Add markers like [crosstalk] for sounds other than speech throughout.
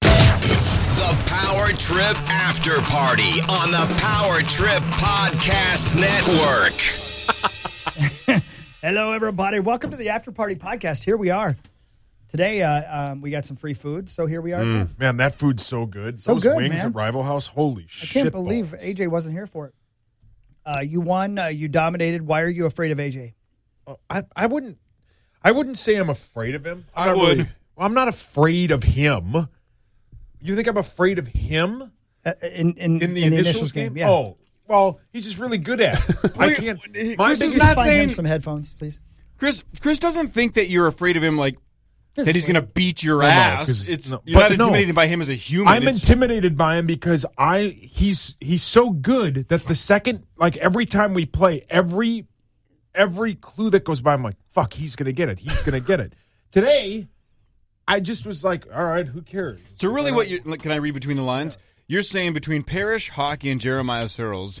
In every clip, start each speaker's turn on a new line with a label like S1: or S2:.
S1: The Power Trip After Party on the Power Trip Podcast Network.
S2: Hello, everybody. Welcome to the After Party Podcast. Here we are. Today, uh, um, we got some free food, so here we are. again.
S3: Man, that food's so good.
S2: So
S3: Those
S2: good,
S3: wings
S2: man.
S3: at Rival House, holy
S2: I
S3: shit.
S2: can't believe AJ wasn't here for it. Uh, you won. Uh, you dominated. Why are you afraid of AJ?
S3: I, I wouldn't I wouldn't say I'm afraid of him.
S4: I
S3: I'm not
S4: would.
S3: really- well, I'm not afraid of him. You think I'm afraid of him
S2: Uh, in, in,
S3: in the,
S2: in
S3: initials,
S2: game?
S3: game?
S2: Yeah.
S3: Oh. Well, he's just really good at [laughs] it. I can't my
S4: Chris is
S2: Just
S3: biggest-
S4: not
S2: find him
S4: saying-
S2: some headphones, please.
S4: Chris Chris doesn't think that you're afraid of him like that he's gonna beat your
S3: No, no,
S4: ass.
S3: 'cause-
S4: it's
S3: no.
S4: you're not
S3: But no.
S4: intimidated by him as a human.
S3: I'm
S4: It's-
S3: intimidated by him because I he's he's so good that the second like every time we play every every clue that goes by I'm like fuck he's gonna get it he's gonna get it today I just was like all right who cares
S4: So really, what you can I read between the lines? You're saying between Parrish, Hockey, and Jeremiah Searles,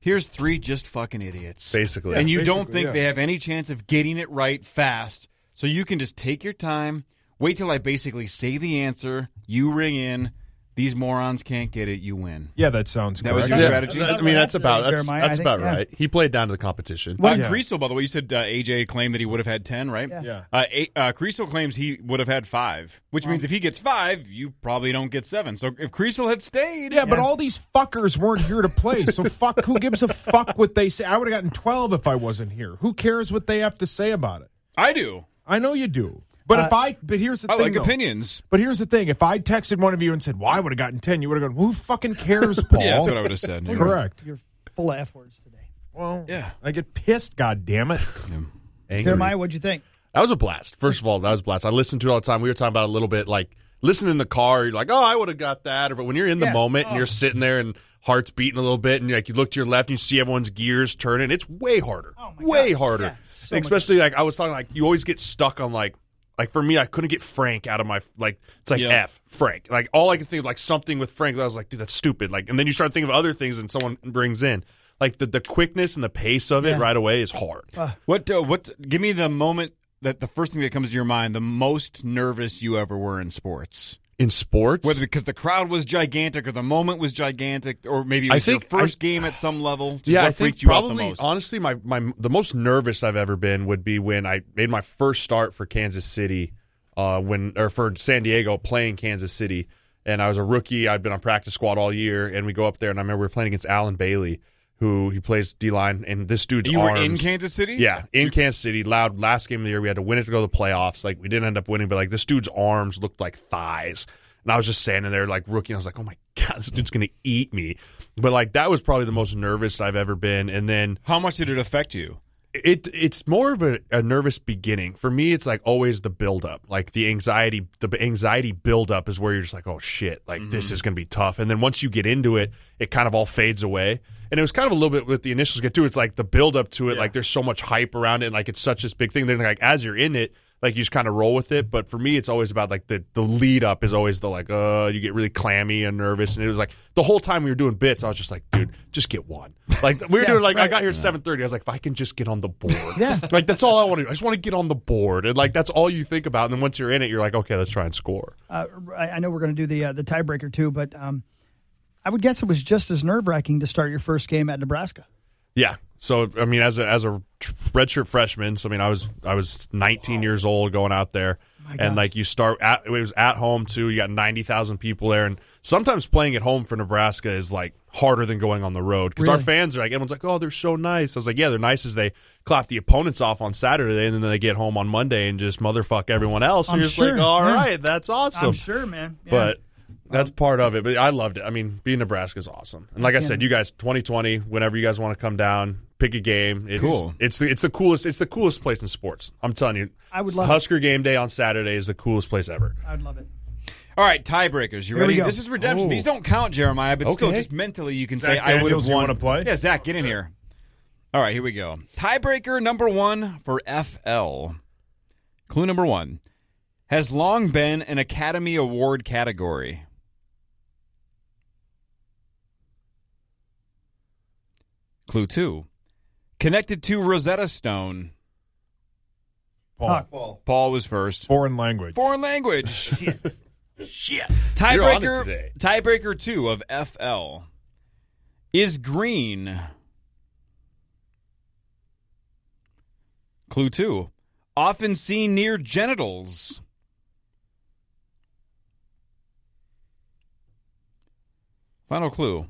S4: here's three just fucking idiots,
S5: Basically.
S4: and you don't
S3: basically,
S4: think
S3: yeah.
S4: they have any chance of getting it right fast. So you can just take your time, wait till I basically say the answer. You ring in. These morons can't get it. You win.
S3: yeah that sounds
S4: That was
S3: correct.
S4: your
S5: Yeah,
S4: strategy?
S5: I mean, that's about that's,
S2: Jeremiah, I
S5: that's
S2: think,
S5: about
S2: yeah.
S5: right. He played down to the competition.
S4: Well,
S3: Yeah.
S4: Creasel, by the way, you said uh, AJ claimed that he would have had 10, right?
S3: Yeah.
S4: Uh, a- uh, Creasel claims he would have had five, which means if he gets five, you probably don't get seven. So if Creasel had stayed.
S3: Yeah, but all these fuckers weren't here to play.
S4: [laughs]
S3: So fuck, who gives a fuck what they say? I would have gotten 12 if I wasn't here. Who cares what they have to say about it?
S4: I do.
S3: I know you do. But if I, but here's the
S4: Uh, I
S3: thing.
S4: like
S3: though.
S4: opinions.
S3: But here's the thing: if I texted one of you and said, "Well, I would have gotten ten," you would have gone, "Who fucking cares, Paul?"
S4: [laughs] Yeah, that's what I would have said. You're right.
S3: Correct.
S2: You're full of f words today.
S3: Well,
S4: Yeah.
S3: I get pissed. God damn it!
S5: Angry.
S2: Jeremiah, what'd you think?
S5: That was a blast. First of all, that was a blast. I listened to it all the time. We were talking about it a little bit like listen in the car, you're like, oh, I would have got that. Or, but when you're in the
S2: Yeah. Oh.
S5: moment and you're sitting there and heart's beating a little bit, and like you look to your left and you see everyone's gears turning, it's way harder, way harder.
S2: Oh Yeah, so much
S5: Especially like I was talking, like you always get stuck on like. Like for me, I couldn't get Frank out of my like. It's like
S4: Yeah.
S5: F Frank. Like all I could think of, like something with Frank. I was like, dude, that's stupid. Like, and then you start thinking of other things, and someone brings in like the, the quickness and the pace of it right away is hard.
S4: What, uh, what, give me the moment that the first thing that comes to your mind, the most nervous you ever were in sports.
S5: in sports,
S4: Whether because the crowd was gigantic or the moment was gigantic, or maybe it
S5: I
S4: was
S5: think
S4: your first
S5: I-
S4: game at some level. Just
S5: yeah,
S4: what
S5: I think
S4: freaked you out the
S5: probably
S4: most?
S5: honestly, my my the most nervous I've ever been would be when I made my first start for Kansas City, uh, when or for San Diego playing Kansas City, and I was a rookie. I'd been on practice squad all year, and we go up there, and I remember we were playing against Alan Bailey, who he plays D line, and this dude's
S4: you were in
S5: arms-
S4: Kansas City?
S5: Yeah, in Kansas City, loud last game of the year, we had to win it to go to the playoffs. Like we didn't end up winning, but like this dude's arms looked like thighs, and I was just standing there like rookie. And I was like, oh my god, this dude's gonna eat me. But like that was probably the most nervous I've ever been. And then
S4: How much did it affect you?
S5: it it's more of a, a nervous beginning for me. It's like always the buildup, like the anxiety. The anxiety buildup is where you're just like, oh shit, like this is gonna be tough. And then once you get into it, it kind of all fades away. And it was kind of a little bit with the initials get to. It's like the buildup to it. Like there's so much hype around it. And like it's such this big thing. Then like as you're in it, like you just kind of roll with it. But for me, it's always about like the the lead up is always the like, uh, you get really clammy and nervous. And it was like the whole time we were doing bits, I was just like, dude, just get one. Like we were doing like I got here at seven thirty. I was like, if I can just get on the board, yeah, like that's all I want to do. I just want to get on the board, and like that's all you think about. And then once you're in it, you're like, okay, let's try and score.
S2: Uh, I, I know we're going to do the uh, the tiebreaker too, but um, I would guess it was just as nerve wracking to start your first game at Nebraska.
S5: Yeah. So I mean, as a as a tr- redshirt freshman, so I mean, I was I was 19 years old going out there, and like you start at it was at home too. You got 90 thousand people there, and sometimes playing at home for Nebraska is like harder than going on the road because our
S2: Really?
S5: fans are like everyone's like, oh, they're so nice. I was like, yeah, they're nice as they clap the opponents off on Saturday, and then they get home on Monday and just motherfuck everyone else. And
S2: I'm
S5: you're just
S2: sure,
S5: like, all
S2: yeah.
S5: right, that's awesome.
S2: man.
S5: But that's
S2: Um,
S5: part of it. But I loved it. I mean, being Nebraska is awesome. And like I said, you guys, 2020, whenever you guys want to come down, pick a game. It's,
S4: Cool.
S5: It's the it's the coolest. It's the coolest place in sports. I'm telling you.
S2: I would love it.
S5: Husker game day on Saturday is the coolest place ever.
S2: I would love it.
S4: All right, tiebreakers.
S2: Here
S4: You
S2: we
S4: ready?
S2: go.
S4: This is redemption.
S5: Oh.
S4: These don't count, Jeremiah, but still,
S5: Okay.
S4: just mentally, you can
S3: Zach
S4: say, I would
S3: Daniels,
S4: have
S3: you
S4: won.
S3: wanna play?
S4: Yeah, Zach, get in here. All right, here we go. Tiebreaker number one for FL. Clue number one has long been an Academy Award category. Clue two connected to Rosetta Stone.
S3: Paul.
S2: Huck.
S4: Paul was first.
S3: Foreign language.
S4: Foreign language. Shit. Shit.
S5: You're on it
S4: Tiebreaker.
S5: today.
S4: Tiebreaker two of FL is green. Clue two, often seen near genitals. Final clue.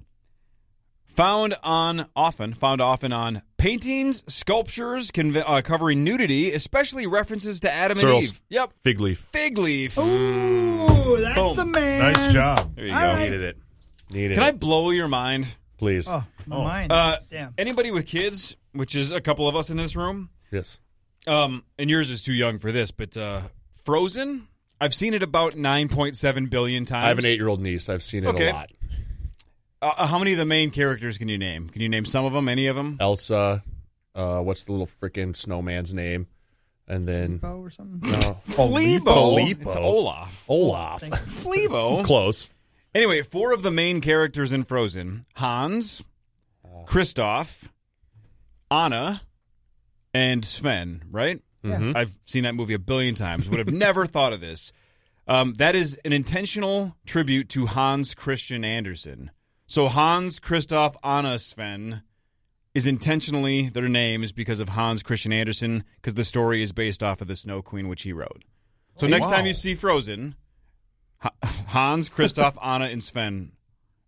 S4: Found on often, found often on paintings, sculptures conve- uh, covering nudity, especially references to Adam and
S5: Searles.
S4: Eve. Yep,
S5: Fig leaf.
S4: fig leaf.
S2: Ooh, that's
S4: Boom.
S2: the man.
S3: Nice job.
S4: There you
S2: All
S4: go.
S2: right.
S5: Needed it. Needed
S4: Can I
S5: it.
S4: blow your mind?
S5: Please.
S2: Oh, my mind.
S4: Uh,
S2: Damn.
S4: Anybody with kids, which is a couple of us in this room,
S5: Yes.
S4: um, and yours is too young for this, but uh, Frozen, I've seen it about 9.7 billion times.
S5: I have an eight-year-old niece. I've seen it
S4: Okay.
S5: a lot.
S4: Uh, how many of the main characters can you name? Can you name some of them, any of them?
S5: Elsa. Uh, what's the little freaking snowman's name? And then
S2: Oh, or something.
S4: [laughs]
S5: no,
S4: Fleabo.
S5: Filippo.
S4: It's Olaf.
S5: Olaf.
S4: Fleabo.
S5: Close.
S4: Anyway, four of the main characters in Frozen Hans, Kristoff, Anna, and Sven, right?
S2: Yeah.
S4: I've seen that movie a billion times, would have [laughs] never thought of this. Um, that is an intentional tribute to Hans Christian Andersen. So Hans Christoph Anna Sven is intentionally their name is because of Hans Christian Andersen because the story is based off of the Snow Queen which he wrote.
S2: Oh,
S4: So next time you see Frozen, Ha- Hans Christoph Anna and Sven,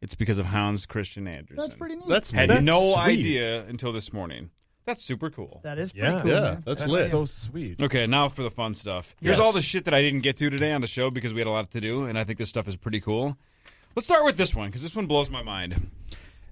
S4: it's because of Hans Christian Andersen.
S2: That's pretty neat.
S5: That's
S4: Had
S5: neat.
S4: no
S3: sweet.
S4: idea until this morning. That's super cool.
S2: That is pretty
S3: Yeah.
S2: cool.
S5: Yeah,
S2: man.
S5: that's lit.
S3: So sweet.
S4: Okay, now for the fun stuff. Here's
S5: Yes.
S4: all the shit that I didn't get to today on the show because we had a lot to do, and I think this stuff is pretty cool. Let's start with this one because this one blows my mind.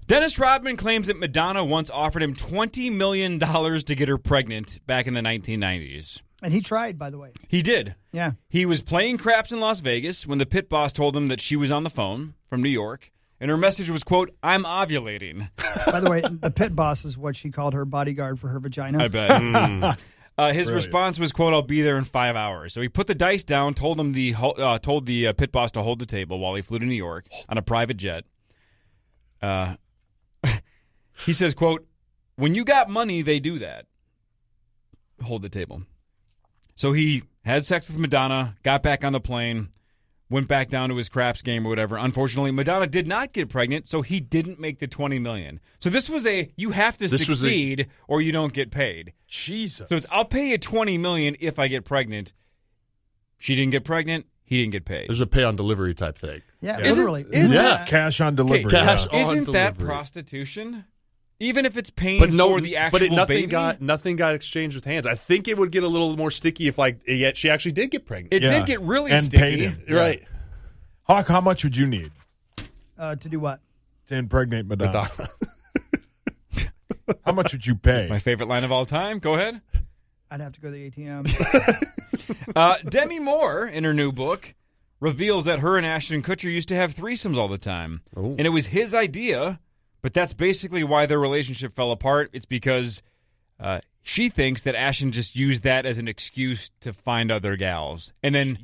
S4: Dennis Rodman claims that Madonna once offered him $20 million to get her pregnant back in the 1990s.
S2: And he tried, by the way.
S4: He did. [laughs]
S2: Yeah.
S4: He was playing craps in Las Vegas when the pit boss told him that she was on the phone from New York, and her message was, quote, I'm ovulating.
S2: By the way, the pit boss is what she called her bodyguard for her vagina.
S5: [laughs]
S4: I bet.
S5: Mm.
S4: Uh, his response was, "quote I'll be there in five hours." So he put the dice down, told him the ho- uh, told the uh, pit boss to hold the table while he flew to New York on a private jet. Uh, [laughs] he says, "quote When you got money, they do that. Hold the table." So he had sex with Madonna, got back on the plane, went back down to his craps game or whatever. Unfortunately, Madonna did not get pregnant, so he didn't make the twenty million. So this was a you have to
S5: This was a-
S4: succeed or you don't get paid.
S3: Jesus.
S4: So it's I'll pay you twenty million if I get pregnant. She didn't get pregnant. He didn't get paid.
S5: There's a pay on delivery type thing.
S2: yeah,
S3: Isn't-
S2: literally.
S3: Isn't
S5: Yeah.
S3: that cash on delivery?
S4: Okay,
S5: cash
S3: yeah.
S5: on
S4: Isn't that
S5: delivery.
S4: prostitution? Even if it's paying
S5: But no,
S4: for the actual
S5: but it, nothing
S4: baby,
S5: got nothing got exchanged with hands. I think it would get a little more sticky if like yet she actually did get pregnant.
S4: it
S3: Yeah.
S4: did get really
S3: And
S4: sticky.
S3: paid him. Yeah.
S5: Right.
S3: Hawk, how much would you need
S2: Uh, to do what?
S3: to impregnate Madonna?
S5: Madonna.
S3: How much would you
S5: [laughs]
S3: pay?
S4: My favorite line of all time. Go ahead.
S2: I'd have to go to the
S4: [laughs]
S2: ATM.
S4: Uh, Demi Moore, in her new book, reveals that her and Ashton Kutcher used to have threesomes all the time. And it was his idea, but that's basically why their relationship fell apart. It's because uh, she thinks that Ashton just used that as an excuse to find other gals. And then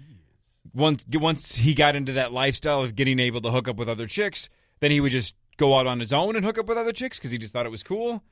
S4: once once he got into that lifestyle of getting able to hook up with other chicks, then he would just go out on his own and hook up with other chicks because he just thought it was cool.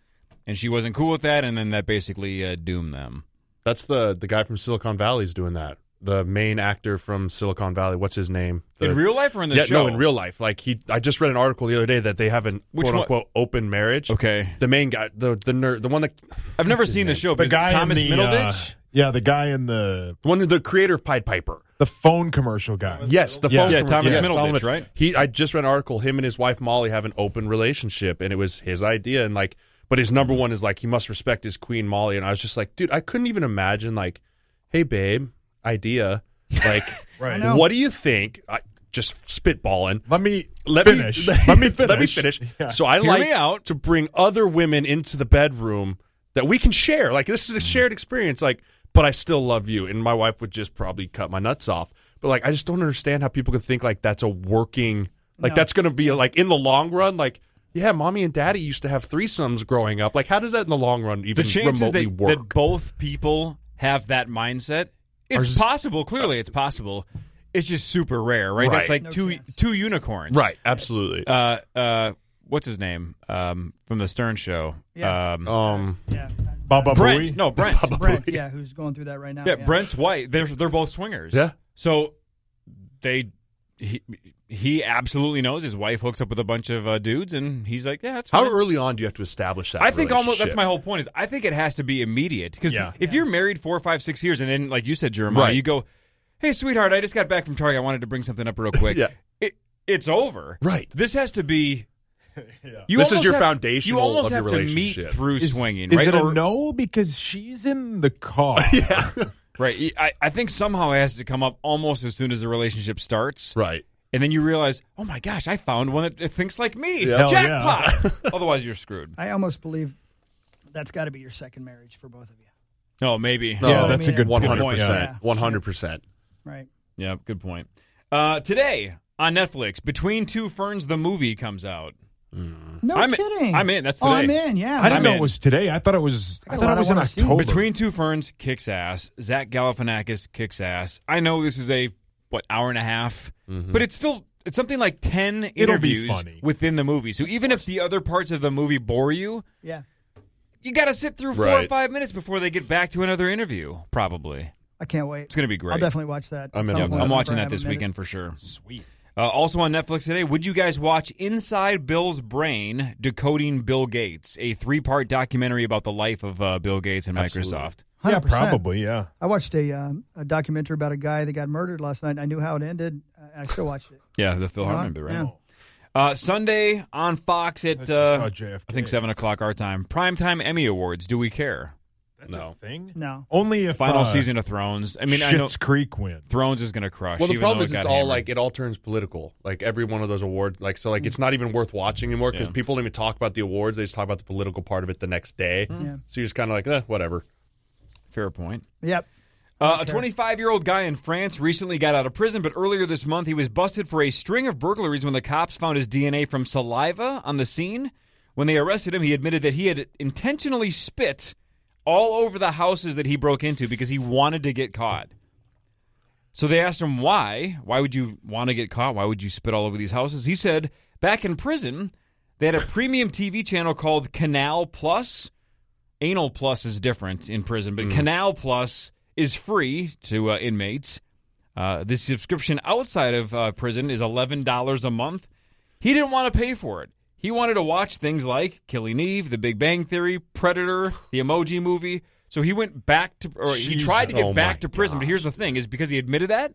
S4: And she wasn't cool with that, and then that basically uh, doomed them.
S5: That's the the guy from Silicon Valley's doing that. The main actor from Silicon Valley. What's his name? The-
S4: in real life or in the
S5: yeah,
S4: show?
S5: no, in real life. Like he, I just read an article the other day that they have an
S4: Which
S5: quote
S4: one?
S5: unquote open marriage.
S4: Okay.
S5: The main guy, the the nerd, the one that,
S4: I've never seen the show.
S3: the
S4: But
S3: guy
S4: Thomas
S3: in the, uh,
S4: Middleditch.
S3: yeah, the guy in the
S5: the one the creator of Pied Piper.
S3: the phone commercial guy.
S5: Yes, the
S3: Yeah.
S5: phone.
S3: Yeah,
S5: commercial.
S4: Thomas
S5: Yes,
S4: Middleditch, right?
S5: He, I just read an article. Him and his wife Molly have an open relationship, and it was his idea. And like, but his number one is like he must respect his queen Molly. And I was just like, dude, I couldn't even imagine like, hey babe, idea, like,
S3: Right.
S2: know.
S5: What do you think? I, just spitballing.
S3: Let me
S5: Let
S3: finish.
S5: Me,
S3: let me finish.
S5: Let me finish.
S3: Yeah.
S5: So I
S4: Hear
S5: like
S4: me out.
S5: to bring other women into the bedroom that we can share. Like this is a shared experience. Like, but I still love you, and my wife would just probably cut my nuts off. But But like, I just don't understand how people can think like that's a working, like that's going to be like in the long run, like. Yeah, mommy and daddy used to have threesomes growing up. Like, how does that in the long run
S4: The
S5: even
S4: chances
S5: remotely
S4: that,
S5: work?
S4: that both people have that mindset, it's
S5: z-
S4: possible. Clearly, it's possible. It's just super rare, right?
S5: Right.
S4: That's like
S5: No
S4: two two unicorns,
S5: right, absolutely.
S4: Uh, uh, what's his name um, from the Stern Show?
S2: Yeah.
S4: Um,
S5: um,
S2: Yeah,
S5: Baba
S4: Brent.
S5: [laughs]
S4: No, Brent. [laughs]
S2: Brent. Yeah, who's going through that right now?
S4: Yeah, Brent's white. They're they're both swingers.
S5: Yeah.
S4: So they he he absolutely knows his wife hooks up with a bunch of uh, dudes, and he's like, yeah, that's fine.
S5: How early on do you have to establish that?
S4: I think almost that's
S5: relationship?
S4: my whole point is I think it has to be immediate because
S5: Yeah.
S4: if you're married four, five, six years, and then like you said, Jeremiah,
S5: Right.
S4: you go, hey, sweetheart, I just got back from Target. I wanted to bring something up real
S5: [laughs]
S4: quick.
S5: Yeah.
S4: It, it's over.
S5: Right.
S4: This has
S3: [laughs]
S4: to be. You
S5: This is
S4: almost
S5: your
S4: have-
S5: foundational
S4: You almost
S5: of your
S4: have to meet
S5: relationship.
S4: through
S3: Is,
S4: swinging,
S3: is
S4: right?
S3: it a
S4: Or-
S3: no because she's in the
S5: [laughs]
S3: car? yeah.
S4: Right. I, I think somehow it has to come up almost as soon as the relationship starts.
S5: Right.
S4: And then you realize, oh my gosh, I found one that thinks like me.
S3: Hell yeah.
S4: Jackpot.
S5: [laughs]
S4: Otherwise, you're screwed.
S2: I almost believe that's got to be your second marriage for both of you,
S4: Oh, maybe.
S5: No,
S3: Yeah, that's a good
S5: one
S3: point.
S5: hundred
S2: Yeah.
S5: percent. One hundred percent.
S2: right?
S4: Yeah, good point. Uh, today on Netflix, Between Two Ferns, the movie comes out.
S2: No
S4: I'm-
S2: kidding.
S4: I'm in. That's
S2: oh, I'm
S4: today.
S2: in. Yeah,
S3: I didn't
S4: I'm
S3: know
S4: in.
S3: it was today. I thought it was. I,
S2: I got a
S3: thought
S2: lot
S3: it
S2: I
S3: was in
S2: wanna see.
S3: October.
S4: Between Two Ferns kicks ass. Zach Galifianakis kicks ass. I know this is a what hour and a half, but it's still it's something like ten
S3: Mm-hmm. be
S4: interviews
S3: funny.
S4: within the movie. So even if the other parts of the movie bore you,
S2: yeah.
S4: you got to sit through four or
S5: Right.
S4: five minutes before they get back to another interview. Probably
S2: I can't wait.
S4: it's going to be great.
S2: I'll definitely watch that.
S5: I'm
S2: at
S5: in.
S2: some
S5: Yeah,
S4: Yep,
S2: point
S4: I'm
S2: whenever
S4: watching
S2: I
S4: that
S2: have a
S4: this
S2: minute.
S4: weekend for sure. Sweet. Uh, also on Netflix today, would you guys watch Inside Bill's Brain Decoding Bill Gates, a three part documentary about the life of uh, Bill Gates and Microsoft?
S3: Yeah,
S2: 100%.
S3: probably. Yeah.
S2: I watched a, um, a documentary about a guy that got murdered last night. I knew how it ended. I I still watched it.
S4: Yeah, the Phil Hartman bit,
S2: yeah.
S4: Oh, right? Uh, Sunday on Fox at,
S3: just
S4: uh,
S3: saw JFK.
S4: I think, 7 o'clock our time. Primetime Emmy Awards. Do we care?
S3: That's no. a thing.
S2: No.
S3: Only if
S4: Final
S3: uh,
S4: season of Thrones. I mean, I know
S3: Schitt's Creek wins.
S4: Thrones is going to crush.
S5: Well, the
S4: even
S5: problem
S4: though
S5: is
S4: it
S5: it's
S4: got
S5: all
S4: hammered.
S5: like it all turns political. Like every one of those awards, like so, like it's not even worth watching anymore because
S4: Yeah.
S5: people don't even talk about the awards. They just talk about the political part of it the next day. So you're just kind of like, eh, whatever.
S4: Fair point.
S2: Yep.
S4: Uh, a 25 year old guy in France recently got out of prison, but earlier this month he was busted for a string of burglaries when the cops found his DNA from saliva on the scene. When they arrested him, he admitted that he had intentionally spit all over the houses that he broke into because he wanted to get caught. So they asked him why. Why would you want to get caught? Why would you spit all over these houses? He said, back in prison, they had a premium TV channel called Canal Plus. Anal Plus is different in prison,
S5: Mm.
S4: but Canal Plus is free to uh, inmates. Uh, this subscription outside of uh, prison is $11 a month. He didn't want to pay for it. He wanted to watch things like Killing Eve, The Big Bang Theory, Predator, The Emoji Movie. So he went back to, or he
S5: Jesus.
S4: tried to get
S5: Oh my
S4: back to prison. But here's the thing: is because he admitted that,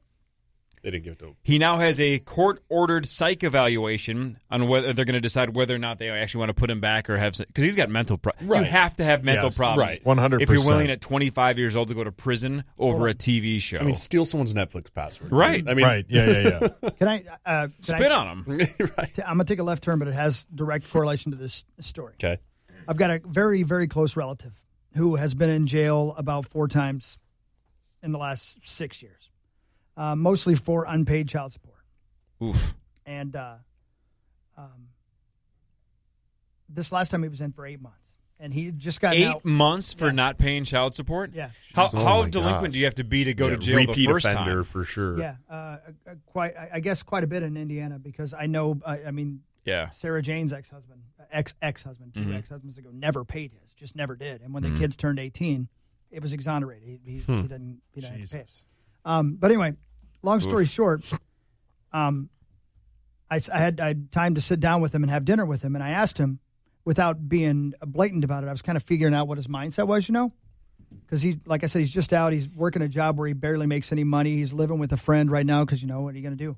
S5: They didn't give it to.
S4: he now has a court-ordered psych evaluation on whether they're going to decide whether or not they actually want to put him back or have because he's got mental problems. You
S5: Right.
S4: have to have mental
S5: Yes,
S4: problems,
S5: right.
S4: If you're
S3: 100%.
S4: willing at 25 years old to go to prison over a TV show,
S5: I mean, steal someone's Netflix password.
S4: Right.
S5: I mean,
S3: right. Yeah. Yeah. [laughs] Yeah.
S2: Can I? Uh, can
S4: spit
S2: I,
S4: on him.
S2: t- I'm gonna take a left turn, but it has direct correlation to this story.
S5: Okay.
S2: I've got a very, very close relative who has been in jail about four times in the last six years, uh, mostly for unpaid child support.
S4: Oof.
S2: And uh, um, this last time he was in for eight months, and he had just got
S4: Eight
S2: out.
S4: months for not paying child support.
S2: Yeah.
S4: How,
S5: Oh
S4: how
S5: my
S4: delinquent
S5: gosh.
S4: do you have to be to go
S5: Yeah,
S4: to jail
S5: repeat
S4: the first
S5: offender
S4: time?
S5: for sure.
S2: Yeah, uh, uh, quite. I I guess quite a bit in Indiana because I know. I, I mean,
S4: Yeah.
S2: Sarah Jane's ex husband, ex ex husband, 2 ex husbands ago, never paid his, just never did. And when the kids turned eighteen, it was exonerated. He, he, he didn't. He didn't have to pay. it. Um, but anyway, long story short, um, I, s- I had I had time to sit down with him and have dinner with him, and I asked him without being blatant about it. I was kind of figuring out what his mindset was, you know. Because he, like I said, he's just out. He's working a job where he barely makes any money. He's living with a friend right now. Because you know what are you going to do?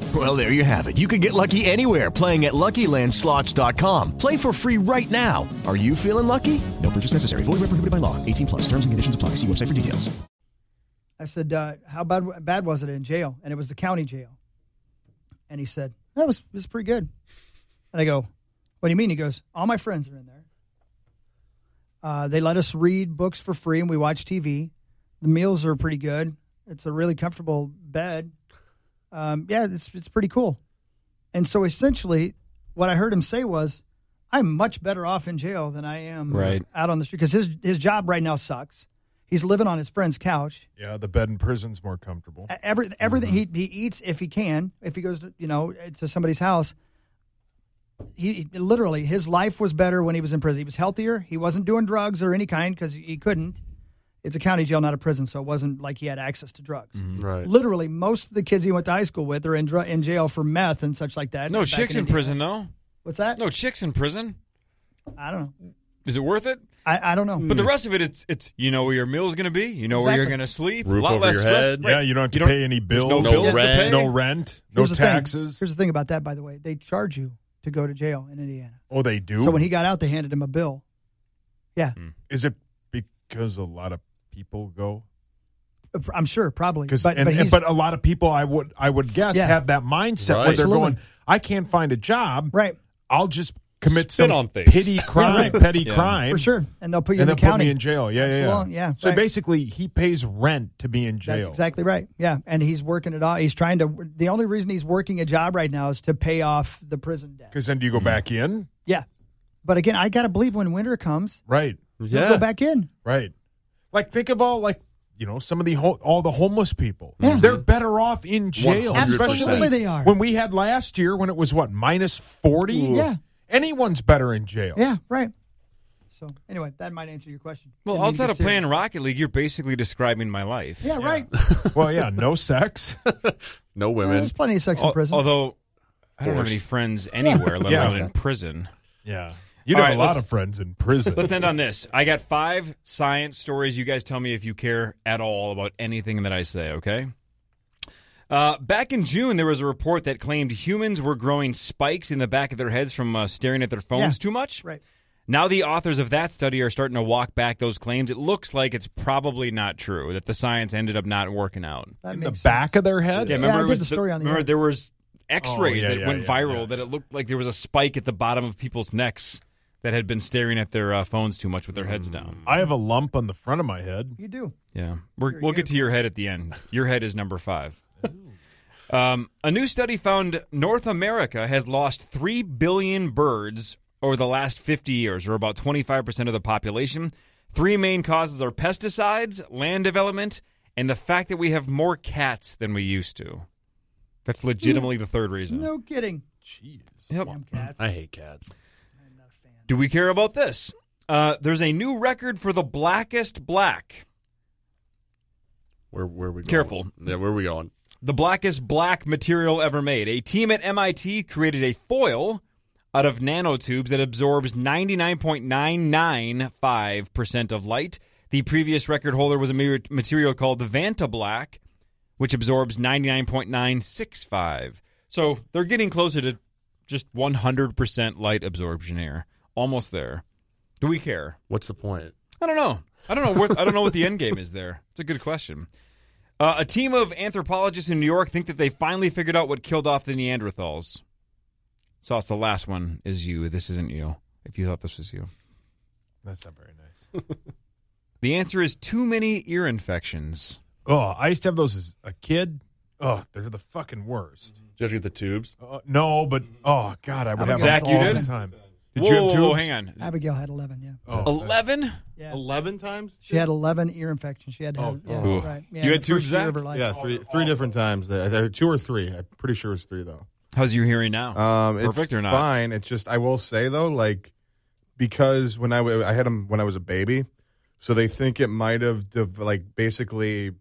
S6: Well, there you have it. You can get lucky anywhere playing at LuckyLandSlots.com. Play for free right now. Are you feeling lucky? No purchase necessary. Void where prohibited by law. 18 plus. Terms and conditions apply. See website for details.
S2: I said, uh, "How bad bad was it in jail?" And it was the county jail. And he said, "That was it was pretty good." And I go, "What do you mean?" He goes, "All my friends are in there. Uh, they let us read books for free, and we watch TV. The meals are pretty good. It's a really comfortable bed. Um, yeah, it's it's pretty cool." And so essentially, what I heard him say was, "I'm much better off in jail than I am
S7: Right.
S2: out on the street because his his job right now sucks. He's living on his friend's couch."
S3: Yeah, the bed in prison's more comfortable.
S2: every everything
S4: Mm-hmm.
S2: he, he eats if he can if he goes to you know to somebody's house he he- literally his life was better when he was in prison he was healthier he wasn't doing drugs or any kind because he couldn't it's a county jail not a prison so it wasn't like he had access to drugs
S4: Mm-hmm.
S5: Right.
S2: literally most of the kids he went to high school with are in, dr- in jail for meth and such like that
S4: No
S2: back
S4: chicks in
S2: Indiana.
S4: prison though.
S2: what's that
S4: No chicks in prison.
S2: i don't know
S4: Is it worth it?
S2: i, I don't know
S5: Hmm.
S4: But the rest of it, it's it's you know where your meal's going to be, you know where you're
S2: Exactly.
S4: going to sleep,
S5: Roof
S4: a lot
S5: over
S4: less
S5: your
S4: stress.
S5: head.
S4: Right.
S3: Yeah, you don't have to
S4: You don't-
S3: pay any
S4: there's
S3: bills.
S4: no
S5: No
S4: bills to
S5: rent.
S4: pay.
S3: no rent, Mm. no
S2: Here's the thing.
S3: taxes.
S2: here's the thing about that by the way they charge you to go to jail in indiana
S3: Oh, they do.
S2: so when he got out they handed him a bill yeah
S4: Mm.
S3: is it because a lot of people go?
S2: i'm sure probably
S3: Because
S2: but,
S3: and,
S2: but
S3: and-
S2: he's,
S3: but um, a lot of people, I would I would guess,
S2: Yeah.
S3: have that mindset where
S5: Right.
S3: they're
S2: Absolutely.
S3: going, I can't find a job.
S2: Right.
S3: I'll just commit
S5: Spit
S3: some
S5: on things."
S2: [laughs]
S3: petty crime, petty crime
S2: For sure. And they'll put you
S3: and then
S2: in the
S3: put
S2: county.
S3: me in jail. Yeah,
S2: That's
S3: yeah, yeah.
S2: long- yeah,
S3: So
S2: right.
S3: basically, he pays rent to be in jail.
S2: That's exactly right. Yeah. And he's working it all. He's trying to, the only reason he's working a job right now is to pay off the prison debt.
S3: Because then do you go
S5: Hmm.
S3: back in?
S2: Yeah. But again, I got to believe when winter comes,
S3: Right,
S2: yeah. will go back in.
S3: right. Like think of all like you know some of the ho- all the homeless people.
S2: Yeah.
S3: They're better off in jail.
S5: 100%.
S3: Especially
S2: Absolutely they are.
S3: When we had last year, when it was what minus forty.
S2: Yeah.
S3: Anyone's better in jail.
S2: Yeah. Right. So anyway, that might answer your question.
S4: Well,
S2: Didn't mean to
S4: outside
S2: get
S4: of playing
S2: serious.
S4: Rocket League, you're basically describing my life.
S2: Yeah, right.
S3: [laughs] Well, yeah. No
S2: [laughs]
S3: sex.
S5: No women.
S2: There's plenty of sex in
S4: Al-
S2: prison.
S4: Although I don't have
S5: Forced.
S4: any friends anywhere, let
S3: Yeah.
S4: alone in prison.
S3: yeah. You'd
S4: All
S3: have
S4: right,
S3: a lot
S4: let's-
S3: of friends in prison.
S4: Let's end on this. I got five science stories. You guys tell me if you care at all about anything that I say, okay? Uh, back in June, there was a report that claimed humans were growing spikes in the back of their heads from uh, staring at their phones
S2: Yeah.
S4: too much.
S2: right.
S4: Now, the authors of that study are starting to walk back those claims. It looks like it's probably not true, that the science ended up not working out.
S2: That
S3: in the
S2: makes sense.
S3: back of their head.
S4: Yeah,
S2: Yeah,
S4: remember
S2: I
S4: it
S2: did
S4: was
S2: the story on the
S4: remember
S2: air.
S4: there was X-rays
S3: Oh, yeah,
S4: that
S3: yeah,
S4: went
S3: yeah,
S4: viral
S3: yeah.
S4: that it looked like there was a spike at the bottom of people's necks that had been staring at their uh, phones too much with their heads down.
S3: I have a lump on the front of my head.
S2: You do.
S4: Yeah, We're, we'll get to your head at the end. Your head is number five. Um, a new study found North America has lost three billion birds over the last fifty years, or about twenty-five percent of the population. Three main causes are pesticides, land development, and the fact that we have more cats than we used to. That's legitimately the third reason.
S2: No kidding.
S5: I hate cats.
S4: Do we care about this? Uh, there's a new record for the blackest black.
S5: Where where are we? Going?
S4: Careful.
S5: Yeah, where are we going?
S4: The blackest black material ever made. A team at MIT created a foil out of nanotubes that absorbs 99.995% of light. The previous record holder was a mere- material called the Vanta Black, which absorbs 99.965. So they're getting closer to just 100% light absorption here. Almost there. Do we care?
S5: What's the point?
S4: I don't know. I don't know. What, I don't know what the end game is there. It's a good question. Uh, a team of anthropologists in New York think that they finally figured out what killed off the Neanderthals. So it's the last one is you. This isn't you. If you thought this was you,
S3: That's not very nice.
S4: the answer is too many ear infections.
S3: Oh, I used to have those as a kid. Oh, they're the fucking worst.
S5: Did you get the tubes?
S3: Uh, no, but oh god, I would have
S4: Zach,
S3: them
S4: you
S3: all
S4: did?
S3: the time. Did
S4: whoa,
S3: you have
S4: whoa,
S3: tubes?
S4: whoa, hang on.
S2: Abigail had 11, yeah.
S3: Oh,
S4: Eleven?
S2: Yeah.
S7: Eleven times?
S2: She had 11 ear infections. She had, to have- yeah,
S4: Oof.
S2: right. Yeah,
S4: You
S2: the
S4: had two,
S2: first year
S4: Zach?
S2: of her life.
S7: Yeah, three three different times. There- there- Two or three. I'm pretty sure it was three though.
S4: How's your hearing now?
S7: Um,
S4: Perfect
S7: it's
S4: or not?
S7: Fine. It's just I will say though, like because when I w- I had them when I was a baby, so they think it might have dev- like basically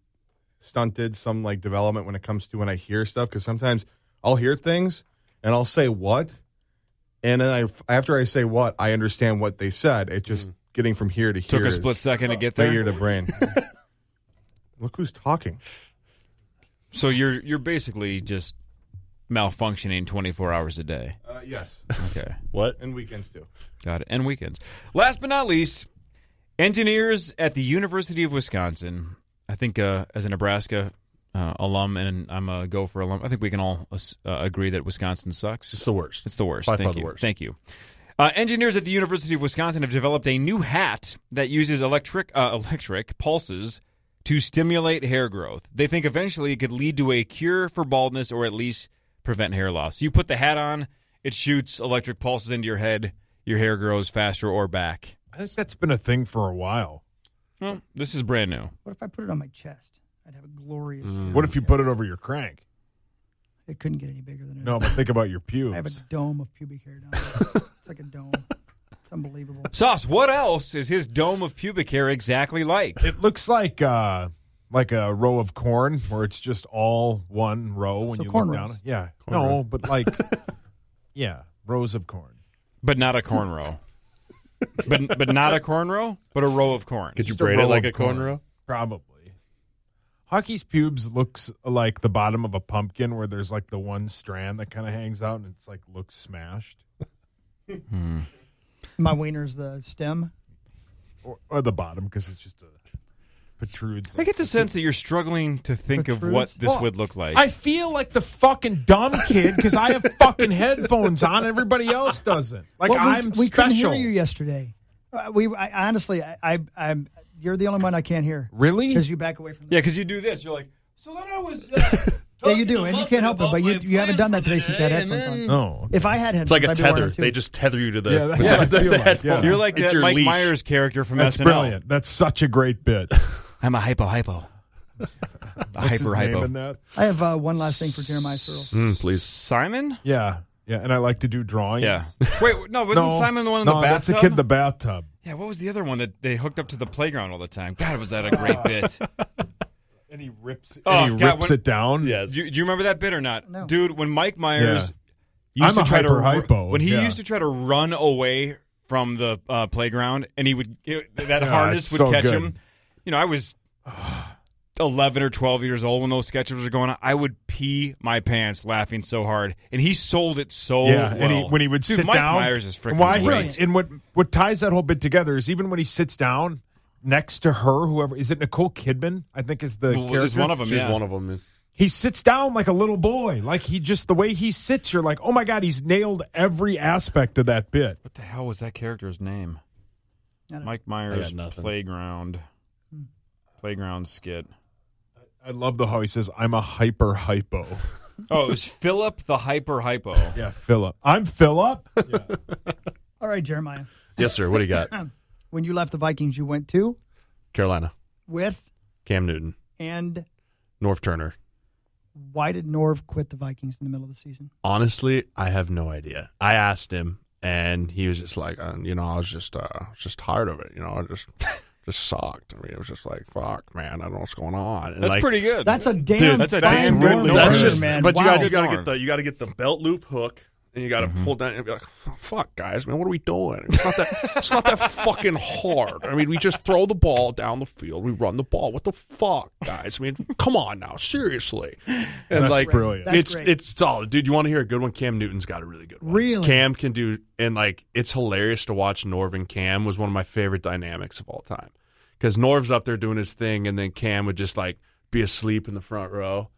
S7: stunted some like development when it comes to when I hear stuff because sometimes I'll hear things and I'll say what, and then I after I say what I understand what they said. It just getting from here to here
S4: Mm. Took a
S7: is
S4: split second to get
S7: from
S4: there.
S7: ear to
S4: [laughs]
S7: brain. Look who's talking.
S4: So you're you're basically just malfunctioning 24 hours a day.
S7: Uh, yes.
S4: Okay.
S5: What?
S7: And weekends too.
S4: Got it. And weekends. Last but not least, engineers at the University of Wisconsin. I think uh, as a Nebraska uh, alum, and I'm a Gopher alum, I think we can all uh, agree that Wisconsin sucks.
S5: It's the worst.
S4: It's the worst.
S5: By
S4: Thank
S5: far the
S4: you.
S5: worst.
S4: Thank you. Uh, engineers at the University of Wisconsin have developed a new hat that uses electric uh, [laughs] electric pulses to stimulate hair growth. They think eventually it could lead to a cure for baldness or at least prevent hair loss. You put the hat on, it shoots electric pulses into your head. Your hair grows faster or back.
S3: I think that's been a thing for a while.
S4: Well, this is brand new.
S2: What if I put it on my chest? I'd have a glorious.
S5: Mm.
S4: Mm.
S3: What if you put it over your crank?
S2: It couldn't get any bigger than it
S3: No,
S2: is.
S3: but think about
S4: [laughs]
S3: your
S2: I have a
S3: pubes.
S2: dome of pubic hair down there. it's like a dome. It's unbelievable.
S4: Sauce, what else is his dome of pubic hair exactly like?
S3: It looks like uh, like a row of corn where it's just all one row when
S2: So
S3: you
S2: cornrows.
S3: look down. Yeah, no,
S5: Cornrows.
S3: but
S4: [laughs]
S3: like yeah, rows of corn.
S4: But not a cornrow. but but not a cornrow, but a row of corn.
S5: Could you
S3: Just a
S5: braid it
S3: row
S5: like
S3: of
S5: a
S3: corn.
S5: cornrow?
S3: Probably. Hockey's pubes looks uh, like the bottom of a pumpkin where there's like the one strand that kind of hangs out and it's like looks smashed.
S2: My wiener's the stem.
S3: Or, or the bottom because it's just a protrudes.
S4: I get
S3: [laughs]
S4: the sense that you're struggling to think of what
S2: Protrudes?
S4: this would look like.
S3: I feel like the fucking dumb kid because I have fucking headphones on. Everybody else doesn't. Like
S2: Well, we,
S3: I'm
S2: we couldn't
S3: special.
S2: hear you yesterday. Uh, we I, honestly, I, I, I'm. You're the only one I can't hear
S3: Really?
S2: because you back away from. The,
S4: yeah, because you do this. You're like, so then I was. Uh,
S2: yeah,
S4: talking
S2: you do,
S4: to
S2: and you
S4: Muffin
S2: can't help it.
S4: about
S2: But you
S4: my
S2: you haven't done
S4: plan
S2: that
S4: for the
S2: today since you
S4: day,
S2: had
S4: and
S2: headphones on.
S4: then-
S3: No.
S2: If I had
S5: It's
S2: headphones,
S5: like a
S2: I'd be wearing
S5: tether.
S2: them, too.
S5: They just tether you to [laughs] the.
S3: Yeah, that's
S5: with
S3: what I
S5: the-
S3: feel
S5: the
S3: like,
S5: headphones.
S3: yeah.
S4: You're like
S5: It's
S4: that
S5: your
S4: Mike
S5: leash.
S4: Myers character from
S3: That's
S4: SNL.
S3: brilliant. That's such a great bit.
S4: I'm a hypo hypo. A
S3: [laughs] What's his
S4: hyper
S3: name
S4: hypo.
S3: in that?
S2: I have uh, one last thing for Jeremiah Searles.
S5: Mm, please.
S4: Simon?
S3: Yeah, yeah. And I like to do drawings. [laughs]
S4: Yeah. [laughs] Wait, no, wasn't Simon the one in
S3: no,
S4: the
S3: that's
S4: bathtub?
S3: the kid in the bathtub.
S4: yeah, what was the other one that they hooked up to the playground all the time? God, was that a
S3: [laughs]
S4: great bit?
S3: And he rips.
S4: Oh,
S3: and he
S4: God,
S3: rips
S4: when-
S3: it down.
S4: Do you, do you remember that bit or not,
S2: No.
S4: dude? When Mike Myers
S3: Yeah.
S4: used
S3: I'm a
S4: to try to
S3: hyper-hypo,
S4: when he
S3: yeah.
S4: used to try to run away from the uh, playground, and he would it,
S3: [laughs]
S4: that
S3: Yeah, it's
S4: harness would
S3: so
S4: catch
S3: good.
S4: him. You know, I was uh, eleven or twelve years old when those sketches were going on. I would pee my pants laughing so hard, and he sold it so
S3: Yeah,
S4: well.
S3: and he, when he would
S4: Dude,
S3: sit
S4: Mike
S3: down,
S4: Myers is freaking
S3: and why he-
S4: great.
S3: and what what ties that whole bit together is even when he sits down next to her, whoever is it, Nicole Kidman, I think is the
S4: Well, there's
S3: character.
S4: one of them.
S5: She's
S4: yeah.
S5: one of them. man.
S3: He sits down like a little boy, like he just the way he sits. You're like, oh my god, he's nailed every aspect of that bit.
S4: What the hell was that character's name?
S2: don't-
S4: Mike Myers
S5: got nothing.
S4: playground playground skit.
S3: I love the how he says, "I'm a hyper hypo."
S4: Oh, it was Philip the hyper hypo.
S3: yeah, Philip. I'm Philip.
S2: All right, Jeremiah.
S5: Yes, sir. What do you got? [laughs]
S2: When you left the Vikings, you went to
S5: Carolina.
S2: with
S5: Cam Newton.
S2: and
S5: North Turner.
S2: why did Norv quit the Vikings in the middle of the season?
S5: Honestly, I have no idea. I asked him, [laughs] and he was just like, uh, you know, I was just, uh, I was just tired of it. You know, I
S2: [laughs]
S5: just, just sucked. I mean, it was just like, fuck, man, I don't know what's going on. And
S4: That's
S5: like,
S4: pretty good.
S2: That's a damn.
S4: that's a
S2: fine
S4: damn
S2: goal
S4: good
S2: for
S5: That's
S4: Norv Turner,
S2: Norv,
S5: just,
S2: man.
S5: but you
S2: Wow.
S5: got, you got to get the, you got to get the belt loop hook. And you got to pull down and be like, "Fuck, guys, man, what are we doing? It's not that, it's not that fucking hard. I mean, we just throw the ball down the field, we run the ball. What the fuck, guys? I mean, come on now, seriously." And like,
S3: brilliant.
S2: That's
S5: it's
S2: great.
S5: it's solid, dude. You want to hear a good one? Cam Newton's got a really good one.
S2: Really?
S5: Cam can do, and like, it's hilarious to watch. Norv and Cam was one of my favorite dynamics of all time because Norv's up there doing his thing, and then Cam would just like be asleep in the front row.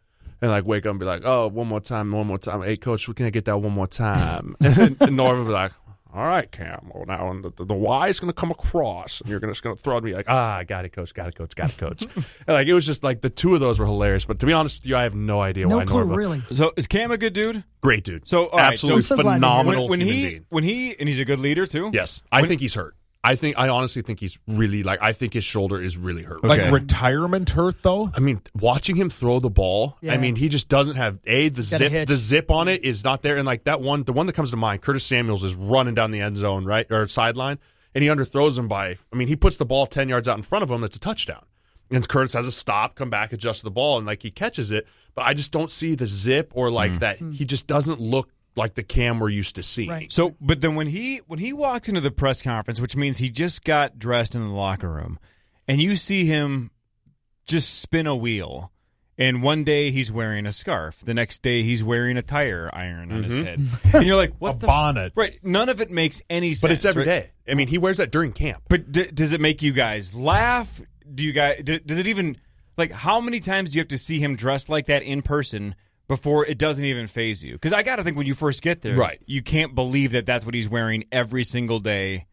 S5: And like wake up and be like, oh, one more time, one more time. Hey, coach, we can I get that one more time? [laughs] and, and Norv would be like, all right, Cam. Well, now and the, the, the Y is going to come across, and you're gonna, just going to throw it to me like, ah, I got it, coach, got it, coach, got it, coach. [laughs] and like it was just like the two of those were hilarious. But to be honest with you, I have no idea
S2: No
S5: why
S2: clue,
S5: Norv
S2: really.
S4: So is Cam a good dude?
S5: Great dude.
S4: So, all right,
S5: absolutely
S4: so-
S2: I'm so glad to hear that.
S5: phenomenal
S4: when
S5: human
S4: he
S5: being.
S4: when he and he's a good leader too.
S5: Yes, I think he's hurt. I think I honestly think he's really like I think his shoulder is really hurt.
S4: Okay.
S5: Like
S3: Like retirement hurt though.
S5: I mean, watching him throw the ball,
S2: Yeah.
S5: I mean, he just doesn't have a
S2: Got a
S5: the zip
S2: hitch.
S5: the zip on it is not there. And like that one, the one that comes to mind, Curtis Samuels is running down the end zone right or sideline, and he underthrows him by. I mean, he puts the ball ten yards out in front of him. That's a touchdown. And Curtis has a stop, come back, adjust the ball, and like he catches it. But I just don't see the zip or like that.
S3: Mm-hmm.
S5: He just doesn't look like the cam we're used to seeing.
S2: Right.
S4: So, but then when he when he walks into the press conference, which means he just got dressed in the locker room, and you see him just spin a wheel, And one day he's wearing a scarf. The next day he's wearing a tire iron on his head. And you're
S5: [laughs]
S4: like, what
S5: Mm-hmm. a
S4: the f-
S5: bonnet?
S4: Right. None of it makes any sense.
S5: But it's every day.
S4: right?
S5: I mean, he wears that during camp.
S4: But d- does it make you guys laugh? Do you guys? D- does it even like how many times do you have to see him dressed like that in person before it doesn't even phase you? Because I got to think when you first get there,
S5: Right.
S4: You can't believe that that's what he's wearing every single day,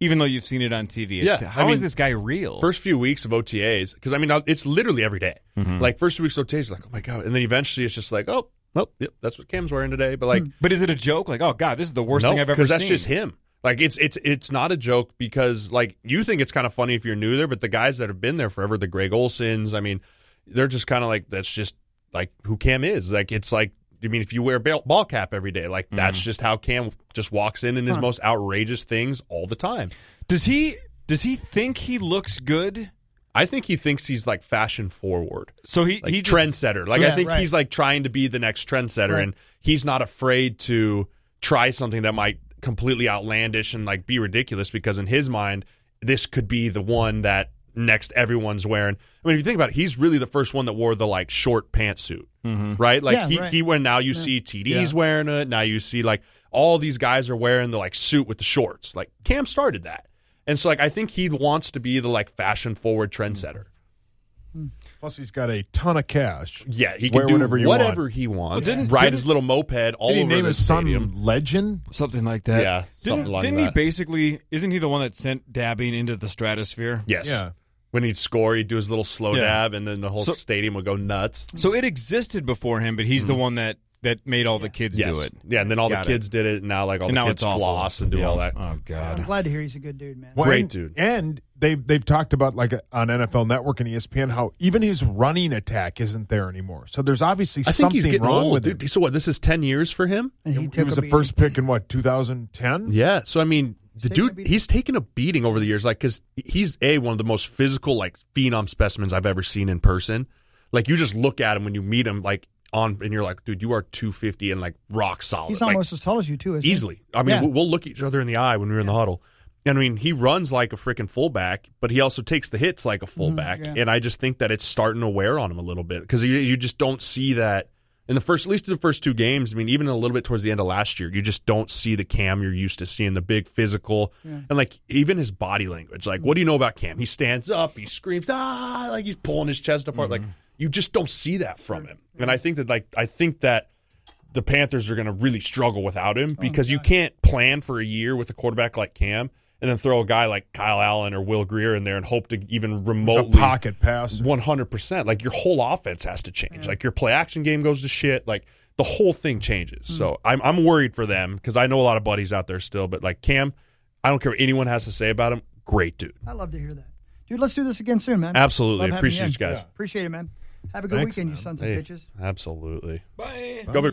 S4: even though you've seen it on TV. It's-
S5: Yeah,
S4: how
S5: I
S4: is
S5: mean,
S4: this guy real?
S5: First few weeks of OTAs, because I mean, it's literally every day. Like first few weeks of OTAs, like oh my god, and then eventually it's just like oh well, yep, that's what Cam's wearing today. But like
S3: Mm.
S4: but is it a joke? Like, oh god, this is the worst
S5: no,
S4: thing I've ever seen.
S5: that's just him. Like it's it's it's not a joke because like you think it's kind of funny if you're new there, but the guys that have been there forever, the Greg Olsons, I mean, they're just kind of like that's just like who Cam is. Like it's like I mean, if you wear ball, ball cap every day, like
S4: Mm-hmm.
S5: that's just how Cam just walks in in his most outrageous things all the time.
S4: Does he? Does he think he looks good?
S5: I think he thinks he's like fashion forward.
S4: So he
S5: like
S4: he just-
S5: trendsetter. Like
S2: Yeah,
S5: I think
S2: right.
S5: he's like trying to be the next trendsetter,
S2: Right.
S5: and he's not afraid to try something that might completely outlandish and like be ridiculous because in his mind, this could be the one that next everyone's wearing. I mean, if you think about it, he's really the first one that wore the like short pantsuit, right? Like
S2: Mm-hmm. Yeah,
S5: he
S2: right.
S5: he went. Now you see TD's wearing it. Now you see like all these guys are wearing the like suit with the shorts. Like Cam started that. And so, like, I think he wants to be the like fashion-forward trendsetter.
S3: Plus, he's got a ton of cash.
S5: Yeah, he can
S3: Wear
S5: do
S3: whatever you
S5: whatever
S3: want.
S5: he wants.
S4: didn't-
S5: ride
S4: didn't-
S5: his little moped all
S3: Did he
S5: over
S3: name
S5: the
S3: his son
S5: stadium.
S3: Legend?
S4: Something like that.
S5: Yeah,
S4: Didn't,
S5: something like
S4: didn't he
S5: that.
S4: basically? Isn't he the one that sent dabbing into the stratosphere?
S5: Yes.
S3: Yeah.
S5: When he'd score, he'd do his little slow
S4: Yeah.
S5: dab, and then the whole
S4: So-
S5: stadium would go nuts.
S4: So it existed before him, but he's the one that that made all the kids
S5: Yes.
S4: do it.
S5: Yeah, and then all
S4: Got it.
S5: the kids did it, and now like all
S4: and
S5: the
S4: now
S5: kids
S4: it's awful.
S5: floss and do
S4: Yeah.
S5: all that.
S4: Oh
S2: I'm
S4: god.
S2: glad to hear he's a good dude, man.
S5: Great
S3: and-
S5: dude.
S3: And they they've talked about like on NFL Network and E ESPN how even his running attack isn't there anymore. So there's obviously
S5: I think
S3: something
S5: he's getting
S3: wrong
S5: old,
S3: with him.
S5: dude. So what? This is ten years for him.
S2: And
S3: He,
S2: took
S3: was
S2: a
S3: the
S2: beating.
S3: first pick in what 2010.
S5: Yeah. So I mean, the
S2: taken a
S5: dude,
S2: beating.
S5: he's taken a beating over the years, like because he's a one of the most physical, like phenom specimens I've ever seen in person. Like you just look at him when you meet him, like on, and you're like, dude, you are 250 and like rock solid.
S2: He's
S5: Like,
S2: almost as tall as you too, isn't he?
S5: easily. I mean,
S2: Yeah.
S5: we'll, we'll look each other in the eye when we're in the huddle. And I mean, he runs like a freaking fullback, but he also takes the hits like a fullback.
S2: Mm-hmm. yeah.
S5: And I just think that it's starting to wear on him a little bit because you, you just don't see that in the first, at least in the first two games. I mean, even a little bit towards the end of last year, you just don't see the Cam you're used to seeing, the big physical, and like even his body language. Like, what do you know about Cam? He stands up, he screams, ah, like he's pulling his chest apart.
S2: Mm-hmm.
S5: Like, you just don't see that from him. And I think that, like, I think that the Panthers are going to really struggle without him
S3: Oh
S5: because you can't plan for a year with a quarterback like Cam and then throw a guy like Kyle Allen or Will Greer in there and hope to even
S3: It's a
S5: remotely
S3: pocket pass.
S5: One hundred percent. Like your whole offense has to change. Like your play action game goes to shit. Like the whole thing changes.
S3: Hmm.
S5: So I'm I'm worried for them because I know a lot of buddies out there still. But like Cam, I don't care what anyone has to say about him. Great dude.
S2: I love to hear that. Dude, let's do this again soon, man.
S5: Absolutely.
S2: Love having
S5: Appreciate
S2: in.
S5: you guys. Yeah.
S2: Appreciate it, man. Have a good
S3: Thanks,
S2: weekend, you
S3: man.
S2: sons
S5: Hey,
S2: of bitches.
S5: absolutely.
S4: Bye.
S5: Go Bear-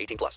S8: 18 plus.